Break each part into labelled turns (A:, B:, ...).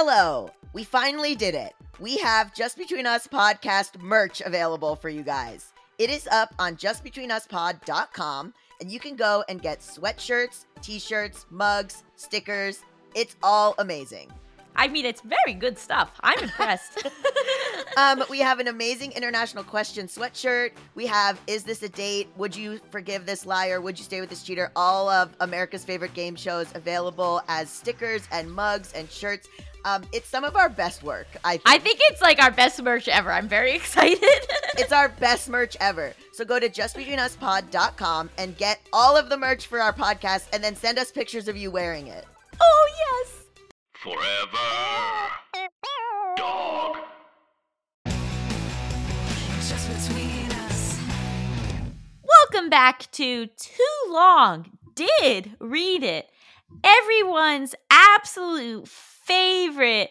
A: Hello! We finally did it. We have Just Between Us podcast merch available for you guys. It is up on justbetweenuspod.com, and you can go and get sweatshirts, t shirts, mugs, stickers. It's all amazing.
B: I mean, it's very good stuff. I'm impressed.
A: Um, we have an amazing international question sweatshirt. We have Is This a Date? Would You Forgive This Liar? Would You Stay with This Cheater? All of America's favorite game shows available as stickers and mugs and shirts. Um, it's some of our best work, I think.
B: I think it's like our best merch ever. I'm very excited.
A: it's our best merch ever. So go to justbetweenuspod.com and get all of the merch for our podcast and then send us pictures of you wearing it.
B: oh, yes.
C: Forever. Dog.
D: Just between us.
B: Welcome back to Too Long Did Read It. Everyone's absolute favorite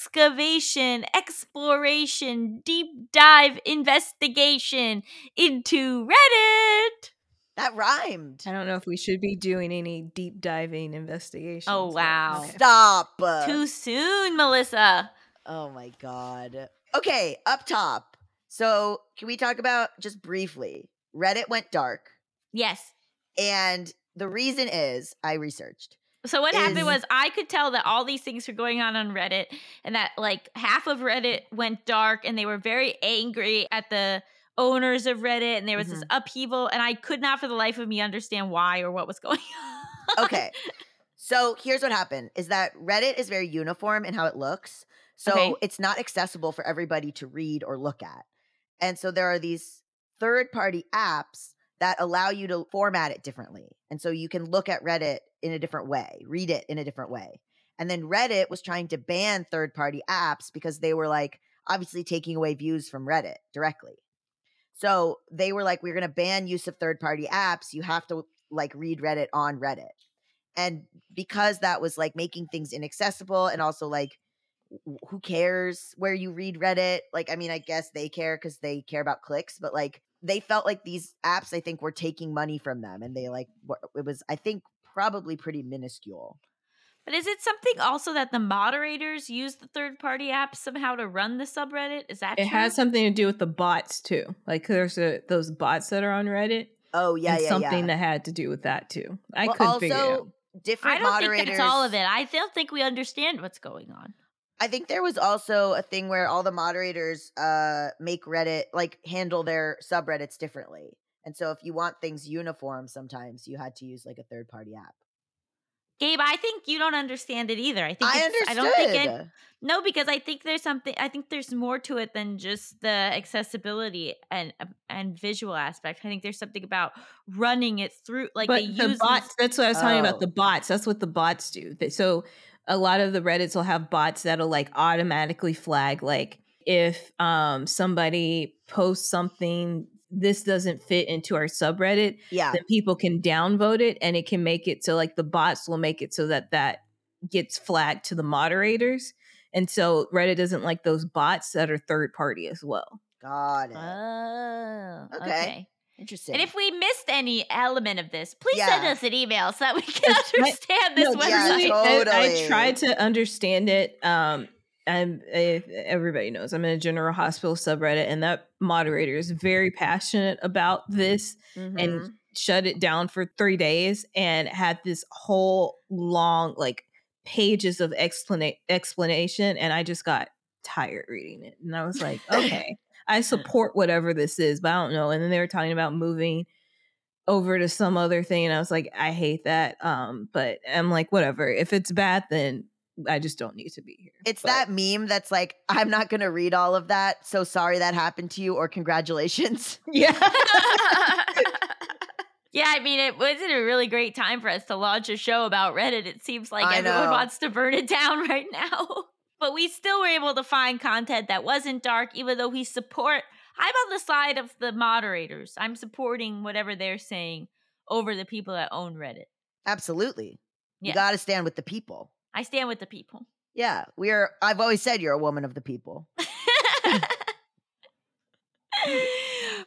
B: excavation, exploration, deep dive investigation into Reddit.
A: That rhymed.
E: I don't know if we should be doing any deep diving investigations.
B: Oh,
E: but-
B: wow.
E: okay.
A: Stop.
B: Too soon, Melissa.
A: Oh my god. Okay, up top. So, can we talk about just briefly? Reddit went dark,
B: Yes.
A: and the reason is I researched.
B: So what
A: is-
B: happened was I could tell that all these things were going on on Reddit and that like half of Reddit went dark and they were very angry at the owners of Reddit and there was this
A: Mm-hmm.
B: upheaval and I could not for the life of me understand why or what was going on.
A: Okay. so, here's what happened is that Reddit is very uniform in how it looks. So,
B: Okay.
A: it's not accessible for everybody to read or look at. And so there are these third-party apps that allow you to format it differently. And so you can look at Reddit in a different way, read it in a different way. And then Reddit was trying to ban third party apps because they were like obviously taking away views from Reddit directly. So they were like, we're going to ban use of third party apps. You have to like read Reddit on Reddit. And because that was like making things inaccessible and also like, w- who cares where you read Reddit? Like, I mean, I guess they care because they care about clicks, but like they felt like these apps, I think, were taking money from them. And they like, were- it was, I think, probably pretty minuscule.
B: But is it something also that the moderators use the third party app somehow to run the subreddit? Is that
E: It
B: true?
E: has something to do with the bots too. Like there's a, those bots that are on Reddit.
A: Oh, yeah,
E: and
A: yeah,
E: something
A: yeah.
E: that had to do with that too. I
A: Well,
E: couldn't figure it
A: also,
E: out.
A: different
B: I don't
A: moderators.
B: think that's all of it. I don't think we understand what's going on.
A: I think there was also a thing where all the moderators uh make Reddit like handle their subreddits differently. And so if you want things uniform sometimes you had to use like a third party app.
B: Gabe, I think you don't understand it either. I think
A: I
B: it's-
A: understood.
B: I don't think it, No, because I think there's something. I think there's more to it than just the accessibility and um, and visual aspect. I think there's something about running it through, like
E: but
B: they
E: the
B: use
E: bots, that's what I was talking
A: Oh.
E: about. The bots, that's what the bots do. They- So a lot of the Reddits will have bots that'll like automatically flag like if um somebody posts something this doesn't fit into our subreddit,
A: yeah.
E: then people can downvote it and it can make it so like the bots will make it so that that gets flagged to the moderators. And so Reddit doesn't like those bots that are third party as well.
A: Got
B: these-
A: it.
B: Oh,
A: Okay.
B: okay.
A: Interesting.
B: And if we missed any element of this, please send
A: Yeah.
B: us an email so that we can
E: That's right.
B: understand this
A: No, yeah,
B: website.
A: totally.
E: I, I tried to understand it. Um, I'm I, everybody knows I'm in a general hospital subreddit, and that moderator is very passionate about
A: Mm-hmm.
E: this
B: Mm-hmm.
E: and shut it down for three days and had this whole long like pages of explana- explanation, and I just got tired reading it, and I was like, okay. I support whatever this is, but I don't know. And then they were talking about moving over to some other thing and I was like, I hate that. Um, but I'm like, whatever. If it's bad, then I just don't need to be here.
A: it's
E: But-
A: that meme that's like, I'm not gonna read all of that. So sorry that happened to you, or congratulations.
E: Yeah.
B: yeah, I mean, it wasn't a really great time for us to launch a show about Reddit. It seems like
A: I
B: everyone
A: know.
B: wants to burn it down right now. But we still were able to find content that wasn't dark, even though we support. I'm on the side of the moderators. I'm supporting whatever they're saying over the people that own Reddit.
A: Absolutely. You
B: Yeah.
A: gotta stand with the people.
B: I stand with the people.
A: Yeah. We are I've always said you're a woman of the people.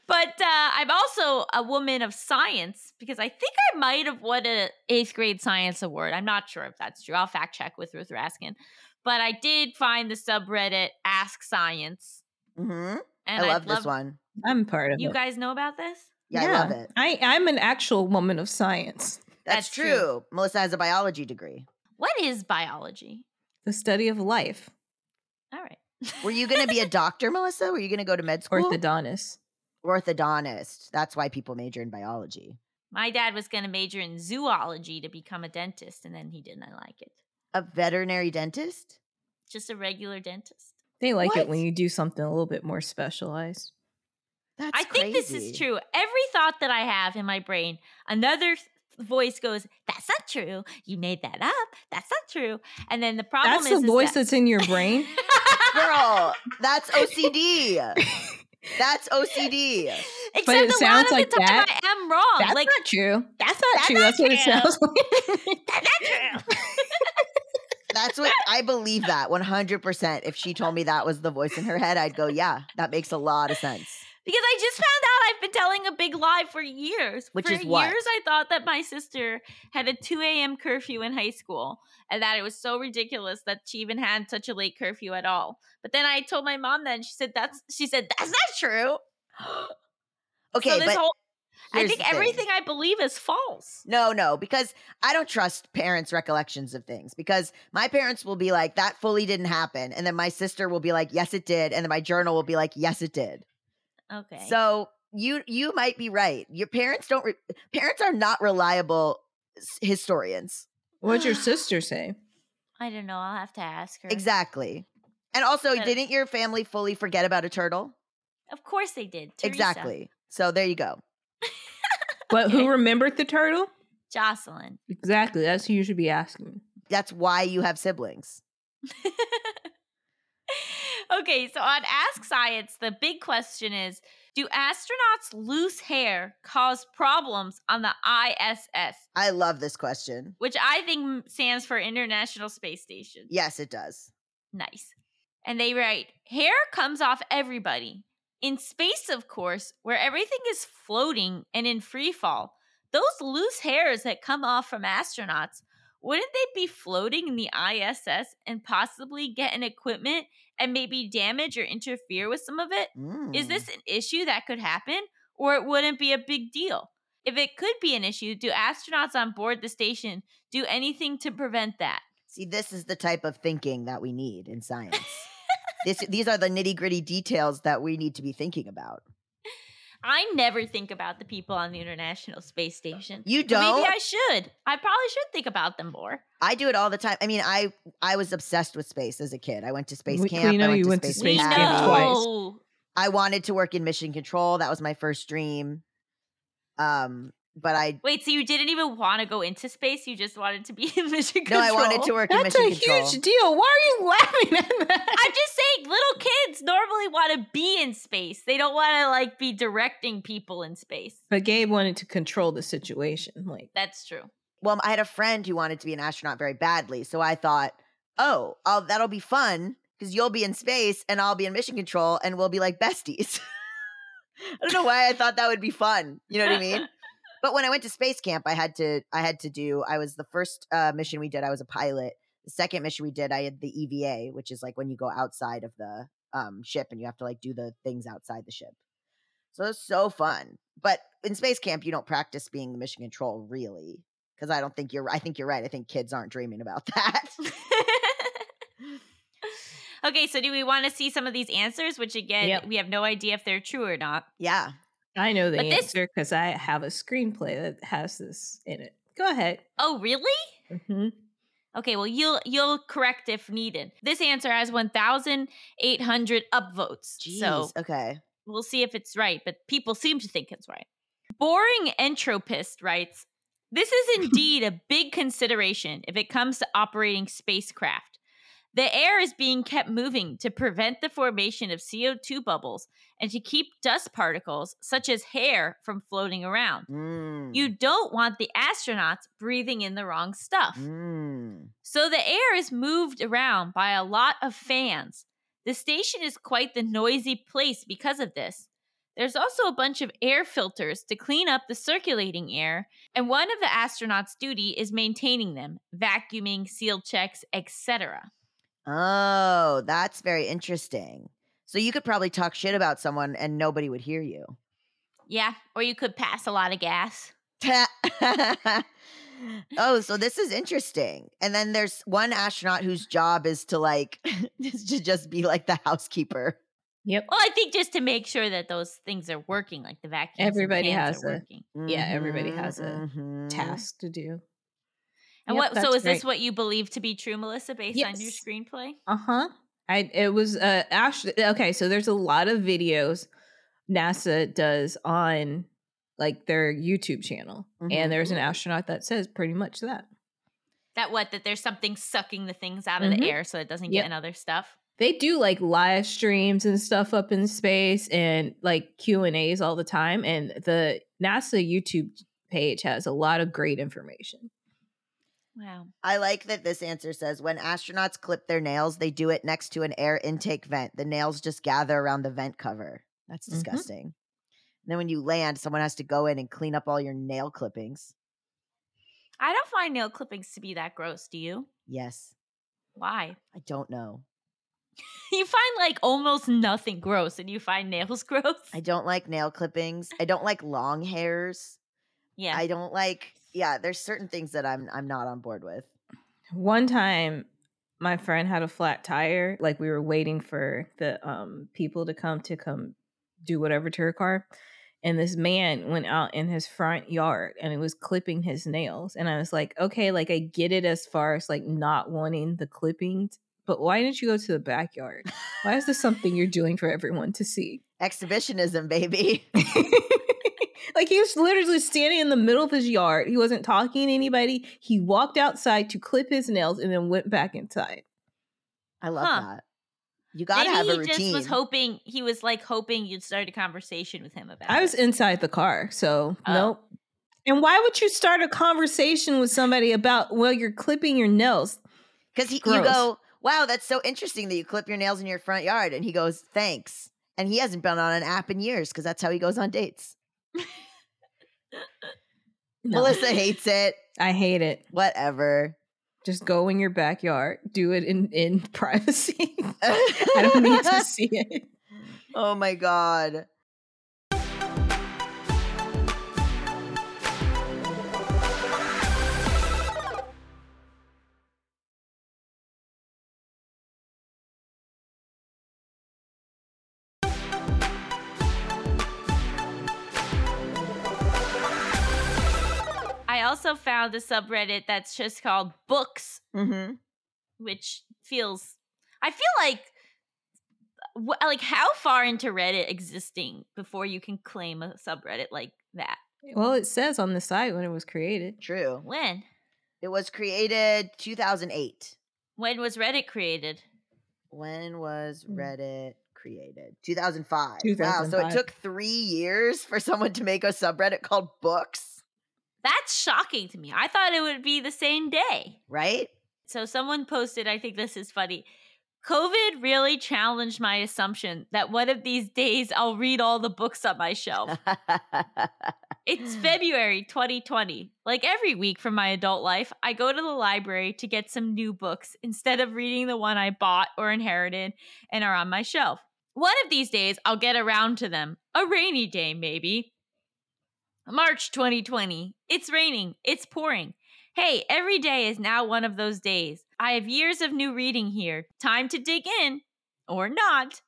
B: but uh, I'm also a woman of science because I think I might have won an eighth grade science award. I'm not sure if that's true. I'll fact check with Ruth Raskin. But I did find the subreddit Ask Science.
A: hmm
B: And
A: I love this one.
E: I'm part of
B: You
E: it.
B: guys know about this?
A: Yeah, I love it.
E: I, I'm an actual woman of science.
A: That's,
B: That's
A: true.
B: true.
A: Melissa has a biology degree.
B: What is biology?
E: The study of life,
B: All right.
A: Were you going to be a doctor, Melissa? Were you going to go to med school?
E: orthodontist.
A: Orthodontist. That's why people major in biology.
B: My dad was going to major in zoology to become a dentist, and then he didn't like it.
A: A veterinary dentist?
B: Just a regular dentist.
E: They like it when
A: What?
E: you do something a little bit more specialized.
A: That's
B: I think this
A: crazy.
B: is true. Every thought that I have in my brain, another th- voice goes, "That's not true. You made that up. That's not true." And then the problem
E: That's
B: is
E: the
B: is
E: voice
B: that-
E: that's in your brain.
A: Girl, that's OCD. that's OCD.
B: Except
E: it
B: a
E: sounds
B: lot of
E: like
B: the time
E: that.
B: I am wrong.
E: That's
B: like
E: not true. That's not
B: That's
E: true.
B: not
E: that's what it
B: true.
E: sounds like.
B: that's not true.
A: That's what I believe that 100%. If she told me that was the voice in her head, I'd go, yeah, that makes a lot of sense.
B: because I just found out I've been telling a big lie for years.
A: Which
B: for
A: is what?
B: years I thought that my sister had a 2 a.m. curfew in high school and that it was so ridiculous that she even had such a late curfew at all. But then I told my mom that and she said that's she said that's not true.
A: Okay,
B: so this
A: but
B: whole I
A: here's
B: think
A: the thing.
B: everything I believe is false.
A: No, no, because I don't trust parents' recollections of things because my parents will be like, that fully didn't happen. And then my sister will be like, yes, it did. And then my journal will be like, yes, it did.
B: Okay.
A: So you you might be right. Your parents don't re- parents are not reliable s- historians.
E: What'd your sister say?
B: I don't know. I'll have to ask her.
A: Exactly. And also,
B: But-
A: didn't your family fully forget about a turtle?
B: Of course they did. Teresa.
A: Exactly. So there you go.
E: But who
B: Okay.
E: remembered the turtle?
B: Jocelyn.
E: Exactly. That's who you should be asking.
A: That's why you have siblings.
B: okay, so on Ask Science, the big question is Do astronauts' loose hair cause problems on the ISS?
A: I love this question.
B: Which I think stands for International Space Station.
A: Yes, it does.
B: Nice. And they write Hair comes off everybody. In space, of course, where everything is floating and in free fall, those loose hairs that come off from astronauts, wouldn't they be floating in the ISS and possibly get an equipment and maybe damage or interfere with some of it? Is
A: Mm.
B: this an issue that could happen, or it wouldn't be a big deal? If it could be an issue, do astronauts on board the station do anything to prevent that?
A: See, this is the type of thinking that we need in science. this, these are the nitty gritty details that we need to be thinking about.
B: I never think about the people on the International Space Station.
A: You
B: But Maybe
A: don't?
B: I should. I probably should think about them more.
A: I do it all the time. I mean, I I was obsessed with space as a kid. I went to space
E: We- we
A: camp. I
E: know
A: went
E: you
A: to
E: went to
A: space,
E: space
B: we
E: camp
A: academy.
E: twice.
B: know.
A: I wanted to work in mission control. That was my first dream. Um, but I
B: Wait, so you didn't even want to go into space? You just wanted to be in mission
A: no,
B: control?
A: I wanted to work
E: That's
A: in
E: a
A: mission control.
E: huge deal. Why are you laughing at that?
B: I'm just saying, little kids normally want to be in space. They don't want to like be directing people in space.
E: But Gabe wanted to control the situation. Like,
B: That's true.
A: well, I had a friend who wanted to be an astronaut very badly, so I thought, oh, I'll, that'll be fun because you'll be in space and I'll be in mission control and we'll be like besties. I don't know why I thought that would be fun. You know what I mean? but when I went to space camp, I had to I had to do I was the first uh, mission we did. I was a pilot. The second mission we did, I had the EVA, which is like when you go outside of the um, ship and you have to like do the things outside the ship. So it's so fun. But in space camp, you don't practice being the mission control really, because I don't think you're. I think you're right. I think kids aren't dreaming about that.
B: okay, so do we want to see some of these answers? Which again,
E: Yep.
B: we have no idea if they're true or not.
A: yeah.
E: I know the
B: But this-
E: answer because I have a screenplay that has this in it. Go ahead.
B: Oh, really?
E: Mm-hmm.
B: Okay, well you'll you'll correct if needed. This answer has 1,800 upvotes.
A: Jeez.
B: So
A: okay.
B: we'll see if it's right, but people seem to think it's right. Boring Entropist writes, This is indeed a big consideration if it comes to operating spacecraft. The air is being kept moving to prevent the formation of CO2 bubbles and to keep dust particles, such as hair, from floating around.
A: Mm.
B: You don't want the astronauts breathing in the wrong stuff.
A: Mm.
B: So the air is moved around by a lot of fans. The station is quite the noisy place because of this. There's also a bunch of air filters to clean up the circulating air, and one of the astronauts' duty is maintaining them, vacuuming, seal checks, etc.
A: Oh, that's very interesting. So you could probably talk shit about someone and nobody would hear you.
B: Yeah, or you could pass a lot of gas.
A: oh, so this is interesting. And then there's one astronaut whose job is to like is to just be like the housekeeper.
E: Yep.
B: Well, I think just to make sure that those things are working, like the vacuum.
E: Everybody has a-
B: working.
E: Yeah, everybody has a
A: mhm.
E: Task to do.
B: And
E: Yep,
B: what? So
E: that's
B: is this
E: great.
B: what you believe to be true, Melissa, based on your
E: Yes.
B: screenplay?
E: Uh-huh. I it was uh Ash okay, so there's a lot of videos NASA does on like their YouTube channel.
A: Mhm.
E: And there's an astronaut that says pretty much that.
B: That what? That there's something sucking the things out of
E: Mhm.
A: Mm-hmm.
B: the air so it doesn't
E: Yep.
B: get in other stuff.
E: They do like live streams and stuff up in space and like Q&As all the time and the NASA YouTube page has a lot of great information.
B: Wow.
A: mm-hmm. I like that this answer says when astronauts clip their nails, they do it next to an air intake vent. The nails just gather around the vent cover. That's
E: Mhm.
A: disgusting. And then when you land, someone has to go in and clean up all your nail clippings.
B: I don't find nail clippings to be that gross. Do you?
A: Yes,
B: Why?
A: I don't know.
B: You find like almost nothing gross, and you find nails gross.
A: I don't like nail clippings. I don't like long hairs.
B: yeah.
A: I don't like yeah, there's certain things that I'm I'm not on board with.
E: One time, my friend had a flat tire. Like we were waiting for the um, people to come to come do whatever to her car, and this man went out in his front yard and he was clipping his nails. And I was like, okay, like I get it as far as like not wanting the clippings, but why didn't you go to the backyard? Why is this something you're doing for everyone to see?
A: Exhibitionism, baby.
E: like he was literally standing in the middle of his yard. He wasn't talking to anybody. He walked outside to clip his nails and then went back inside.
A: I love
B: Huh.
A: that. You gotta
B: Maybe
A: have
B: he
A: a routine.
B: just was hoping he was like hoping you'd start a conversation with him about.
E: I was
B: it.
E: inside the car, so
B: Oh.
E: nope. And why would you start a conversation with somebody about well, you're clipping your nails?
A: Because you
E: Gross.
A: go, wow, that's so interesting that you clip your nails in your front yard. And he goes, thanks. And he hasn't been on an app in years because that's how he goes on dates.
E: No,
A: Melissa hates it.
E: I hate it.
A: Whatever.
E: Just go in your backyard, do it in in privacy. I don't need to see it.
A: oh my God.
B: I also found a subreddit that's just called books,
A: Mm-hmm.
B: which feels. I feel like, wh- like how far into Reddit existing before you can claim a subreddit like that?
E: Well, it says on the site when it was created.
A: True.
B: When?
A: It was created 2008.
B: When was Reddit created?
A: When was
E: Mm.
A: Reddit created? 2005. Wow. So it
E: 2005.
A: took three years for someone to make a subreddit called books,
B: That's shocking to me. I thought it would be the same day.
A: right?
B: So someone posted, I think this is funny. COVID really challenged my assumption that one of these days I'll read all the books on my shelf. It's February 2020. Like every week from my adult life, I go to the library to get some new books instead of reading the one I bought or inherited and are on my shelf. One of these days, I'll get around to them. A rainy day, maybe. March 2020. It's raining. It's pouring. Hey, every day is now one of those days. I have years of new reading here. Time to dig in or not.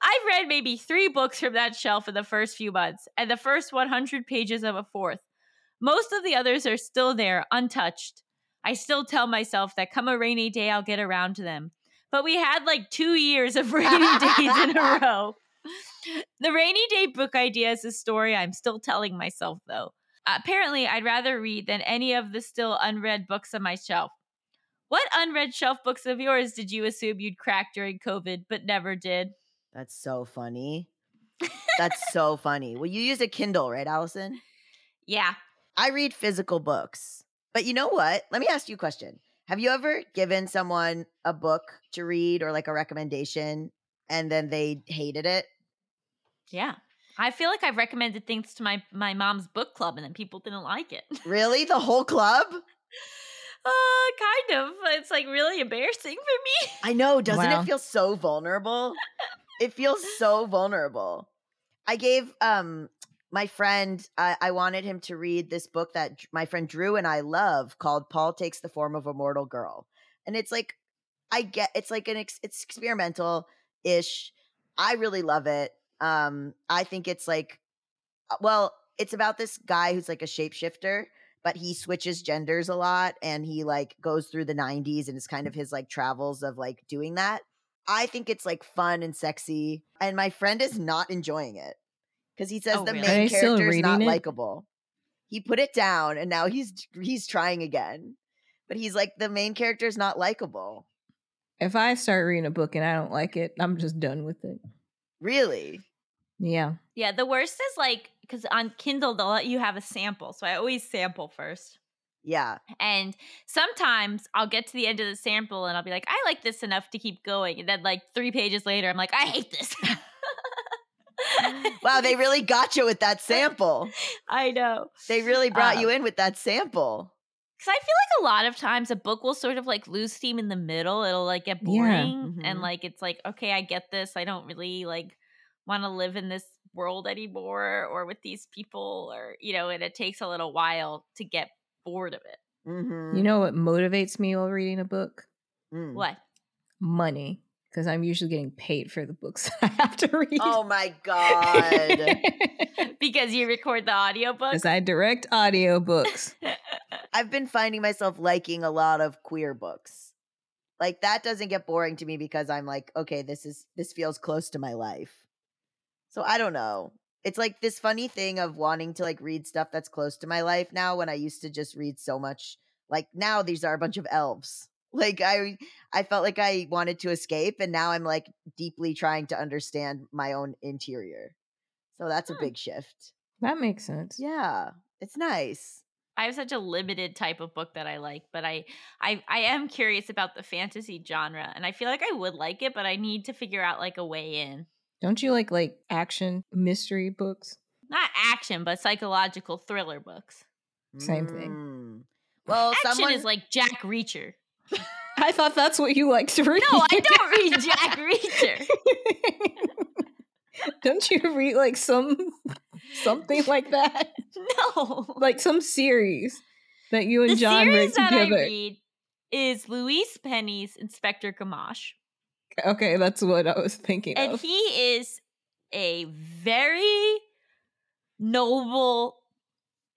B: I've read maybe three books from that shelf in the first few months, and the first 100 pages of a fourth. Most of the others are still there, untouched. I still tell myself that come a rainy day, I'll get around to them. But we had like two years of rainy days in a row. The rainy day book idea is a story I'm still telling myself, though. Apparently, I'd rather read than any of the still unread books on my shelf. What unread shelf books of yours did you assume you'd crack during COVID, but never did?
A: That's so funny. That's so funny. Well, you use a Kindle, right, Allison?
B: Yeah.
A: I read physical books. But you know what? Let me ask you a question. Have you ever given someone a book to read or like a recommendation and then they hated it?
B: Yeah. I feel like I've recommended things to my my mom's book club and then people didn't like it.
A: Really? The whole club?
B: Uh, kind of. It's like really embarrassing for me.
A: I know. Doesn't
E: Wow.
A: it feel so vulnerable? it feels so vulnerable. I gave um my friend I, I wanted him to read this book that Dr- my friend Drew and I love called Paul Takes the Form of a Mortal Girl, and it's like I get it's like an ex, it's experimental ish. I really love it. Um, I think it's like, uh, well, it's about this guy who's like a shapeshifter but he switches genders a lot and he like goes through the 90s and it's kind of his like travels of like doing that. I think it's like fun and sexy and my friend is not enjoying it cuz he says
B: Oh,
A: the
B: really?
E: Are
A: main
E: they still
A: character is
E: reading
A: not
E: it?
A: likable. He put it down and now he's he's trying again. But he's like the main character is not likable.
E: If I start reading a book and I don't like it, I'm just done with it.
A: Really?
E: Yeah.
B: Yeah, the worst is like because on Kindle they'll let you have a sample, so I always sample first.
A: Yeah.
B: And sometimes I'll get to the end of the sample and I'll be like, I like this enough to keep going, and then like three pages later, I'm like, I hate this.
A: Wow, they really got you with that sample.
B: I know.
A: They really brought you
B: Um,
A: in with that sample.
B: Because I feel like a lot of times a book will sort of like lose steam in the middle. It'll like get boring.
E: Yeah.
B: And
A: Mhm.
B: like, it's like, okay, I get this. I don't really like want to live in this world anymore or with these people or, you know, and it takes a little while to get bored of it.
A: Mhm.
E: You know what motivates me while reading a book?
A: Mm.
B: What?
E: Money. Because I'm usually getting paid for the books that I have to read.
A: Oh my god.
B: Because you record the audiobook?
E: Because I direct audiobooks.
A: I've been finding myself liking a lot of queer books. Like that doesn't get boring to me because I'm like, okay, this is this feels close to my life. So I don't know. It's like this funny thing of wanting to like read stuff that's close to my life now when I used to just read so much like now these are a bunch of elves. Like I I felt like I wanted to escape and now I'm like deeply trying to understand my own interior. So that's a
B: Hmm.
A: big shift.
E: That makes sense.
A: Yeah. It's nice.
B: I have such a limited type of book that I like, but I, I I am curious about the fantasy genre and I feel like I would like it, but I need to figure out like a way in.
E: Don't you like like action mystery books?
B: Not action, but psychological thriller books.
E: Same thing.
A: Mm. Well,
B: Action
A: someone
B: is like Jack Reacher.
E: I thought that's what you like to read.
B: No, I don't read Jack Reacher.
E: Don't you read like some something like that?
B: No.
E: Like some series that you and
B: the
E: John read
B: series that I
E: together.
B: read is Luis Penny's Inspector Gamache.
E: Okay, that's what I was thinking
B: And
E: of.
B: he is a very noble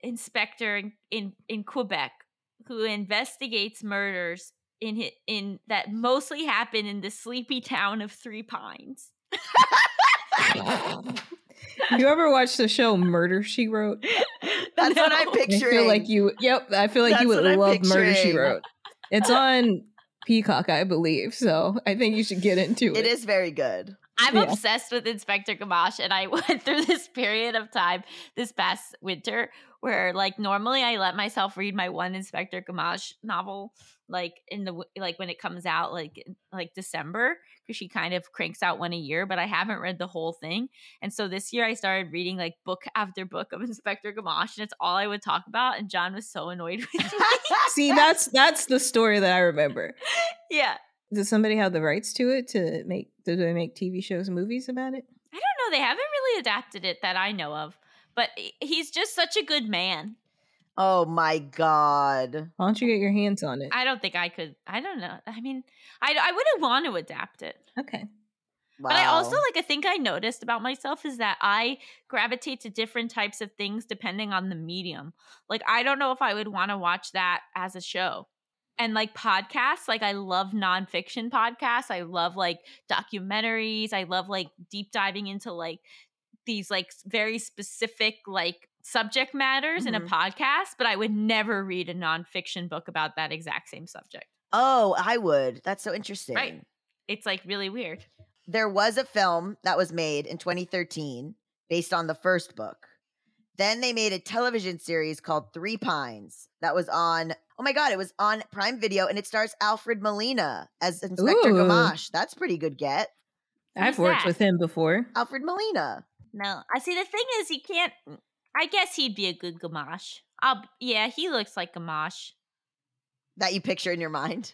B: inspector in, in, in Quebec who investigates murders in hi- in that mostly happen in the sleepy town of Three Pines.
E: you ever watched the show Murder She Wrote?
A: That's what I'm
B: No.
E: I
A: picturing.
E: feel like you. Yep, I feel like
A: That's
E: you would
A: what I'm
E: love Murder She
A: picturing.
E: Wrote. It's on Peacock, I believe. So I think you should get into it.
A: it is very good.
B: I'm
E: Yeah.
B: obsessed with Inspector Gamache, and I went through this period of time this past winter where, like, normally I let myself read my one Inspector Gamache novel, like in the w- like when it comes out, like in- like December, because she kind of cranks out one a year. But I haven't read the whole thing, and so this year I started reading like book after book of Inspector Gamache, and it's all I would talk about. And John was so annoyed with me.
E: See, that's that's the story that I remember.
B: yeah,
E: Does somebody have the rights to it to make? Do they make TV shows, and movies about it?
B: I don't know. They haven't really adapted it that I know of, but he- he's just such a good man.
A: Oh my god.
E: Why don't you get your hands on it?
B: I don't think I could. I don't know. I mean, I, I wouldn't want to adapt it.
E: okay.
A: Wow.
B: But I also like a thing I noticed about myself is that I gravitate to different types of things depending on the medium. Like I don't know if I would want to watch that as a show. And like podcasts, like I love nonfiction podcasts. I love like documentaries. I love like deep diving into like these like s- very specific like subject matters in a
A: Mhm.
B: podcast, but I would never read a nonfiction book about that exact same subject.
A: Oh, I would. That's so interesting.
B: It's like really weird.
A: There was a film that was made in 2013 based on the first book. Then they made a television series called Three Pines that was on Oh my god, it was on Prime Video and it stars Alfred Molina as Inspector
E: Ooh.
A: Gamache. That's pretty good get.
E: I've
B: Who's
E: worked
B: that?
E: with him before.
A: Alfred Molina.
B: No, I see. The thing is, he can't. mm, I guess he'd be a good Gamache. I'll, yeah, he looks like Gamache.
A: that you picture in your mind?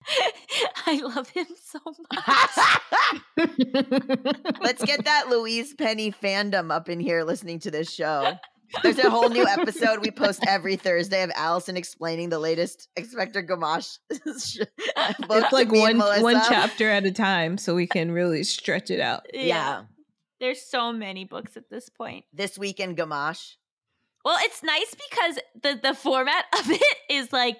B: I love him so much.
A: Let's get that Louise Penny fandom up in here listening to this show. There's a whole new episode we post every Thursday of Allison explaining the latest Inspector Gamache. it's
E: it's like one one chapter at a time, so we can really stretch it out.
A: Yeah.
B: There's so many books at this point.
A: This week in Gamache.
B: Well, it's nice because the the format of it is like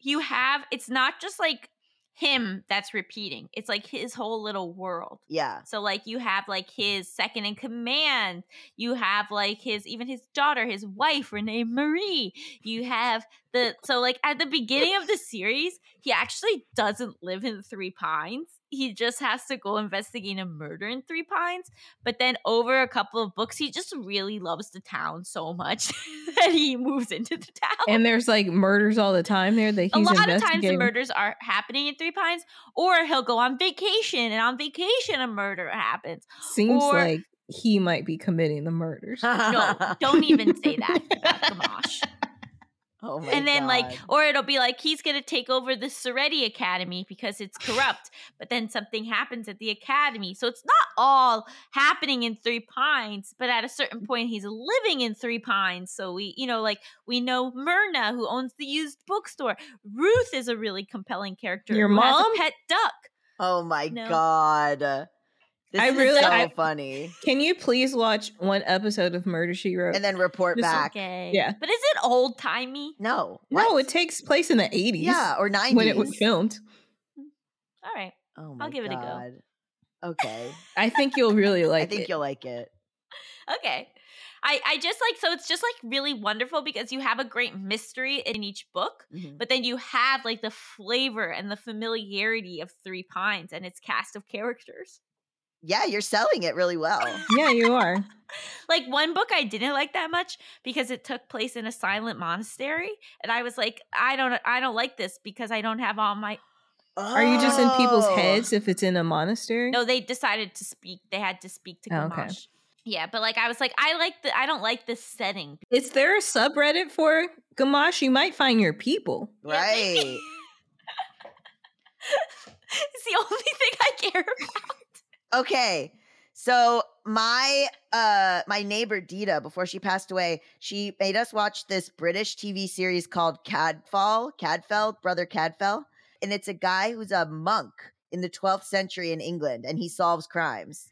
B: you have it's not just like him that's repeating. It's like his whole little world.
A: Yeah.
B: So like you have like his second in command, you have like his even his daughter, his wife Renee Marie. You have the so like at the beginning of the series, he actually doesn't live in Three Pines. He just has to go investigate a murder in Three Pines. But then over a couple of books, he just really loves the town so much that he moves into the town
E: And there's like murders all the time there that he's
B: a lot of times
E: investigating.
B: the murders are happening in Three Pines, or he'll go on vacation, and on vacation a murder happens.
E: Seems
B: or- Uh.
E: like he might be committing the murders.
B: No, don't even say that. about Gamache.
A: Oh my
B: and then like,
A: God.
B: or it'll be like he's gonna take over the Soretti Academy because it's corrupt, but then something happens at the academy, so it's not all happening in Three Pines. But at a certain point, he's living in Three Pines, so we, you know, like we know Myrna who owns the used bookstore. Ruth is a really compelling character.
E: Your
B: who has
E: mom?
B: a pet duck.
A: Oh my
B: No.
A: god. This
E: I
A: is
E: really-
A: so
E: I-
A: funny.
E: Can you please watch one episode of Murder She Wrote?
A: And then report
E: This-
A: back.
B: Okay.
E: Yeah.
B: But is it old timey?
A: No.
E: no,
A: What?
E: it takes place in the 80s
A: yeah, or 90s.
E: when it was filmed.
B: All right.
A: Oh my
B: I'll give it a go.
A: God. Okay.
E: I think you'll really like
A: I think
E: it.
A: you'll like it.
B: Okay. I, I just like so it's just like really wonderful because you have a great mystery in each book,
A: Mhm.
B: but then you have like the flavor and the familiarity of Three Pines and its cast of characters.
A: Yeah, you're selling it really well.
E: Yeah, you are.
B: Like one book I didn't like that much because it took place in a silent monastery and I was like I don't I don't like this because I don't have all my
E: Are you just in people's
A: Oh.
E: heads if it's in a monastery?
B: No, they decided to speak. They had to speak to
E: Oh, okay.
B: Gamache. Yeah, but like I was like I like the I don't like this setting
E: Is there a subreddit for Gamash? You might find your people.
B: Yeah, maybe.
A: Right.
B: it's the only thing I care about.
A: Okay. So my uh my neighbor Dita, before she passed away, she made us watch this British TV series called Cadfall, Cadfell, Brother Cadfell. And it's a guy who's a monk in the 12th century in England and he solves crimes.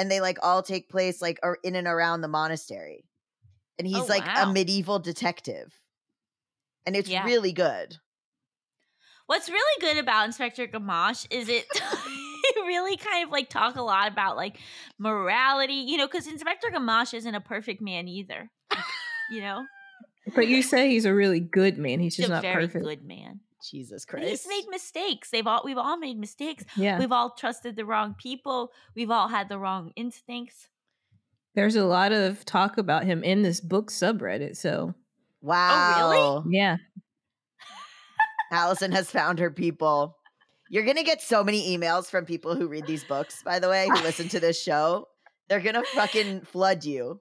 A: And they like all take place like ar- in and around the monastery. And he's
B: Oh,
A: like
B: wow.
A: a medieval detective. And it's
B: Yeah.
A: really good.
B: What's really good about Inspector Gamache is it it really kind of like talk a lot about like morality, you know, because Inspector Gamache isn't a perfect man either. You know,
E: But you say he's a really good man. He's
B: he's
E: just
B: a
E: not
B: very
E: perfect.
B: good man.
A: Jesus
B: And He's
A: Christ.
B: made mistakes. They've all we've all made mistakes.
E: Yeah.
B: We've all trusted the wrong people. We've all had the wrong instincts.
E: There's a lot of talk about him in this book subreddit.
B: oh,
E: So,
A: wow.
E: yeah.
A: Allison has found her people. You're gonna get so many emails from people who read these books, by the way, who listen to this show. They're gonna fucking flood you.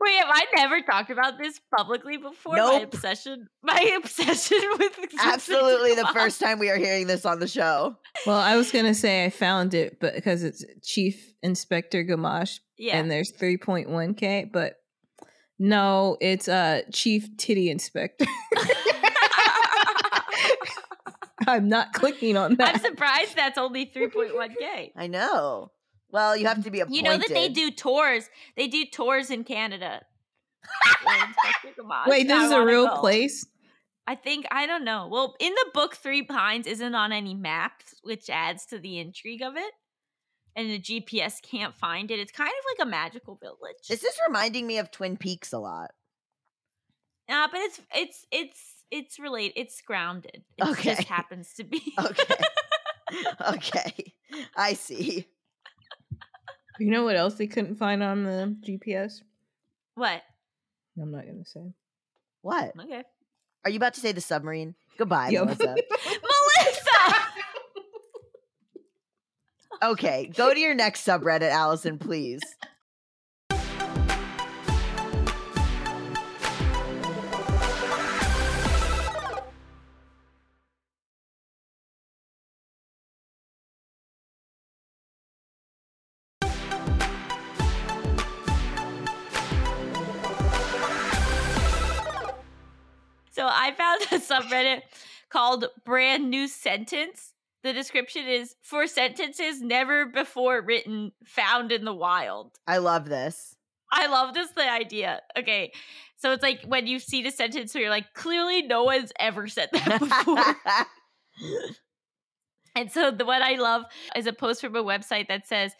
B: Wait, have I never talked about this publicly before? My
A: Nope.
B: obsession, my obsession with
A: Absolutely the
B: Gamache.
A: first time we are hearing this on the show.
E: Well, I was going to say I found it, but because it's Chief Inspector Gamash
B: Yeah,
E: and there's 3.1K, but no, it's uh, Chief Titty Inspector. I'm not clicking on that.
B: I'm surprised that's only 3.1k.
A: I know. Well, you have to be appointed.
B: You know that they do tours. They do tours in Canada. And Inspector Gamache,
E: Wait,
B: I
E: this is a
B: wanna
E: real
B: go.
E: place?
B: I think I don't know. Well, in the book, Three Pines isn't on any maps, which adds to the intrigue of it. And the GPS can't find it. It's kind of like a magical village.
A: This is reminding me of Twin Peaks a lot.
B: Uh, but it's it's it's it's related. It's grounded. It just
A: Okay.
B: happens to be.
A: Okay. okay. I see.
E: You know what else they couldn't find on the GPS?
B: What?
E: I'm not going to say.
A: What?
B: Okay.
A: Are you about to say the submarine? Goodbye,
E: Yep.
A: Melissa.
B: Melissa.
A: Okay, go to your next subreddit, Allison, please.
B: So I found a subreddit called Brand New Sentence. The description is for sentences never before written found in the wild.
A: I love this.
B: I love this the idea. Okay. So it's like when you've seen a sentence where you're like, clearly no one's ever said that before. and so the one I love is a post from a website that says,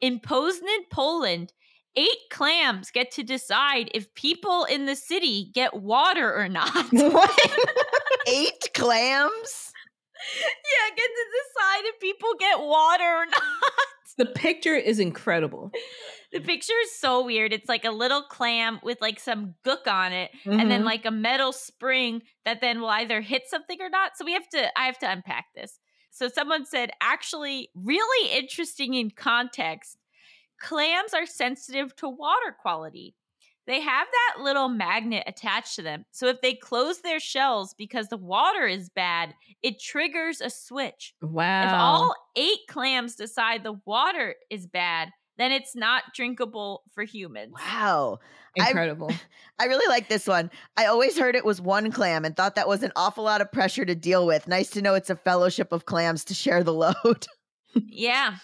B: in Poznan, Poland, eight clams get to decide if people in the city get water or not.
E: What?
A: Eight clams.
B: yeah, get to decide if people get water or not.
E: the picture is incredible.
B: The picture is so weird. It's like a little clam with like some gook on it, and then
E: Mhm.
B: like a metal spring that then will either hit something or not. So we have to, I have to unpack this. So someone said, actually, really interesting in context. Clams are sensitive to water quality. They have that little magnet attached to them. So if they close their shells because the water is bad, it triggers a switch.
E: wow.
B: If all eight clams decide the water is bad, then it's not drinkable for humans.
A: Wow. I'm-
E: incredible.
A: I really like this one. I always heard it was one clam and thought that was an awful lot of pressure to deal with. Nice to know it's a fellowship of clams to share the load.
B: Yeah,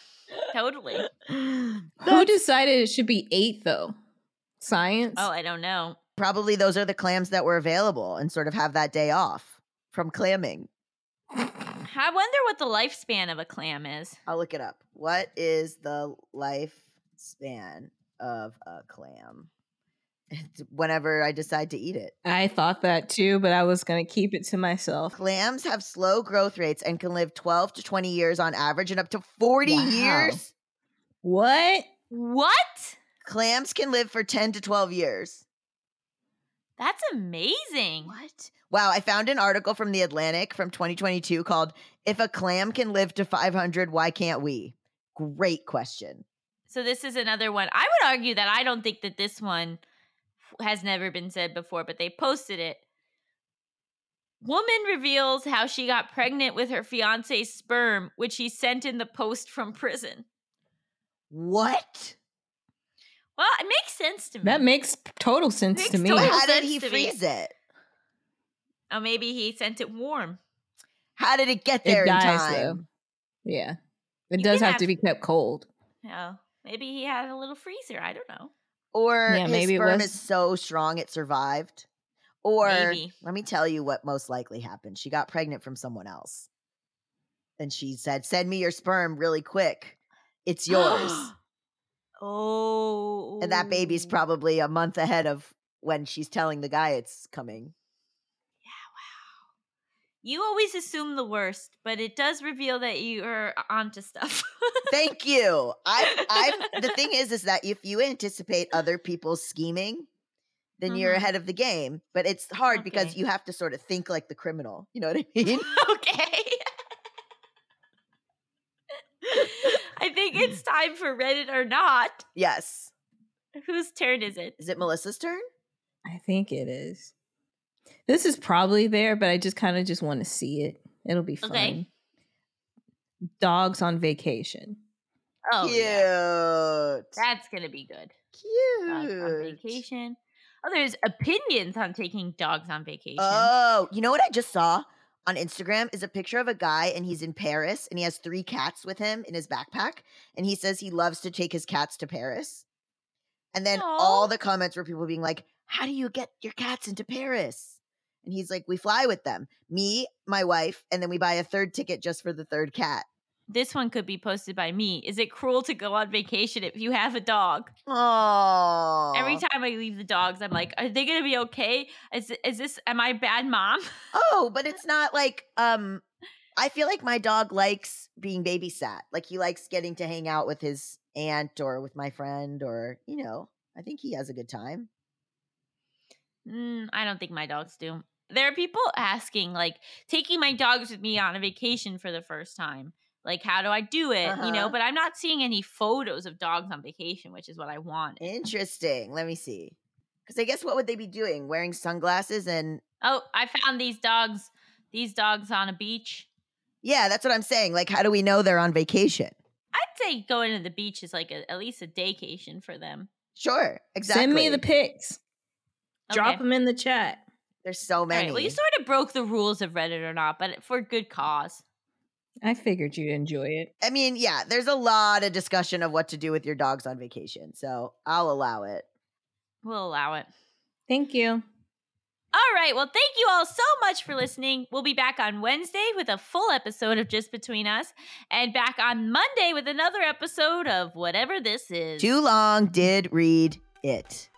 B: totally.
E: Who decided it should be eight though? Science.
B: Oh, I don't know.
A: Probably those are the clams that were available and sort of have that day off from clamming.
B: I wonder what the lifespan of a clam is.
A: I'll look it up. What is the lifespan of a clam? It's whenever I decide to eat it.
E: I thought that too, but I was gonna keep it to myself.
A: Clams have slow growth rates and can live 12 to 20 years on average and up to 40
E: Wow.
A: years.
E: What?
B: What?
A: Clams can live for 10 to 12 years.
B: That's amazing. What?
A: Wow, I found an article from The Atlantic from 2022 called If a Clam Can Live to 500, Why Can't We? Great question.
B: So this is another one. I would argue that I don't think that this one has never been said before, but they posted it. Woman reveals how she got pregnant with her fiance's sperm, which he sent in the post from prison.
A: What?
B: Well, it makes sense to me.
E: That makes total sense
B: Mm. Makes
E: to me.
B: total-
A: How did he
B: sense to me.
A: freeze it?
B: oh, maybe he sent it warm.
A: How did it get
E: It
A: there in
E: dies, though.
A: time?
E: Yeah. It
B: You
E: does
B: can
E: have,
B: have-
E: to be kept cold.
B: Oh, maybe he had a little freezer. I don't know.
A: Or
E: Yeah,
A: his
E: maybe it
A: sperm
E: was-
A: is so strong it survived? Or
B: Maybe.
A: let me tell you what most likely happened. She got pregnant from someone else. And she said, Send me your sperm really quick. It's yours.
B: oh.
A: and that baby's probably a month ahead of when she's telling the guy it's coming.
B: You always assume the worst, but it does reveal that you are onto stuff.
A: Thank you. I, I. The thing is, is that if you anticipate other people's scheming, then you're
B: Mhm.
A: ahead of the game. But it's hard because
B: Okay.
A: you have to sort of think like the criminal. You know what I mean?
B: okay. I think it's time for Reddit or not.
A: yes.
B: Whose turn is it?
A: Is it Melissa's turn?
E: I think it is. This is probably there, but I just kind of just want to see it. It'll be fun.
B: Okay.
E: Dogs on vacation.
B: Oh,
A: Cute.
B: yeah. That's going to be good. Dogs on
A: Cute.
B: vacation. Oh, there's opinions on taking dogs on vacation.
A: Oh, you know what I just saw on Instagram is a picture of a guy and he's in Paris and he has three cats with him in his backpack and he says he loves to take his cats to Paris. And then all
B: Aw.
A: the comments were people being like, "How do you get your cats into Paris?" And he's like, "We fly with them. Me, my wife, and then we buy a third ticket just for the third cat."
B: This one could be posted by me. Is it cruel to go on vacation if you have a dog?
A: Oh.
B: Every time I leave the dogs, I'm like, are they going to be okay? Is is this am I a bad mom?
A: Oh, but it's not like um I feel like my dog likes being babysat. Like he likes getting to hang out with his aunt or with my friend or, you know, I think he has a good time.
B: Mm, I don't think my dogs do. There are people asking like taking my dogs with me on a vacation for the first time. Like how do I do it? You
A: Uh-huh.
B: know, but I'm not seeing any photos of dogs on vacation, which is what I want.
A: Interesting. Let me see. Cuz I guess what would they be doing? Wearing sunglasses and
B: Oh, I found these dogs. These dogs on a beach.
A: yeah, that's what I'm saying. Like how do we know they're on vacation?
B: I'd say going to the beach is like a, at least a daycation for them.
A: Sure. Exactly.
E: Send me the pics. Drop
B: Okay.
E: them in the chat.
A: There's so
B: All
A: many.
B: right, well, you sort of broke the rules of Reddit or not, but for good cause.
E: I figured you'd enjoy it.
A: I mean, yeah, there's a lot of discussion of what to do with your dogs on vacation. So I'll allow it.
B: We'll allow it.
E: Thank you.
B: All right. Well, thank you all so much for listening. We'll be back on Wednesday with a full episode of Just Between Us and back on Monday with another episode of whatever this is.
A: Too long did read it.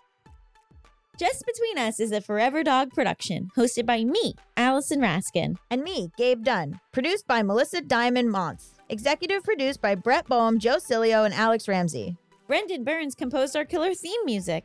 F: Just Between Us is a Forever Dog production, hosted by me, Allison Raskin.
G: and me, Gabe Dunn. Produced by Melissa Diamond Montz. Executive produced by Brett Boehm, Joe Cilio, and Alex Ramsey.
F: Brendan Burns composed our killer theme music.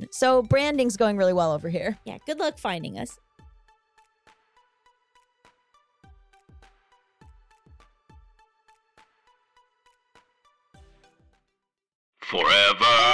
G: So branding's going really well over here.
F: Yeah, good luck finding us.
C: Forever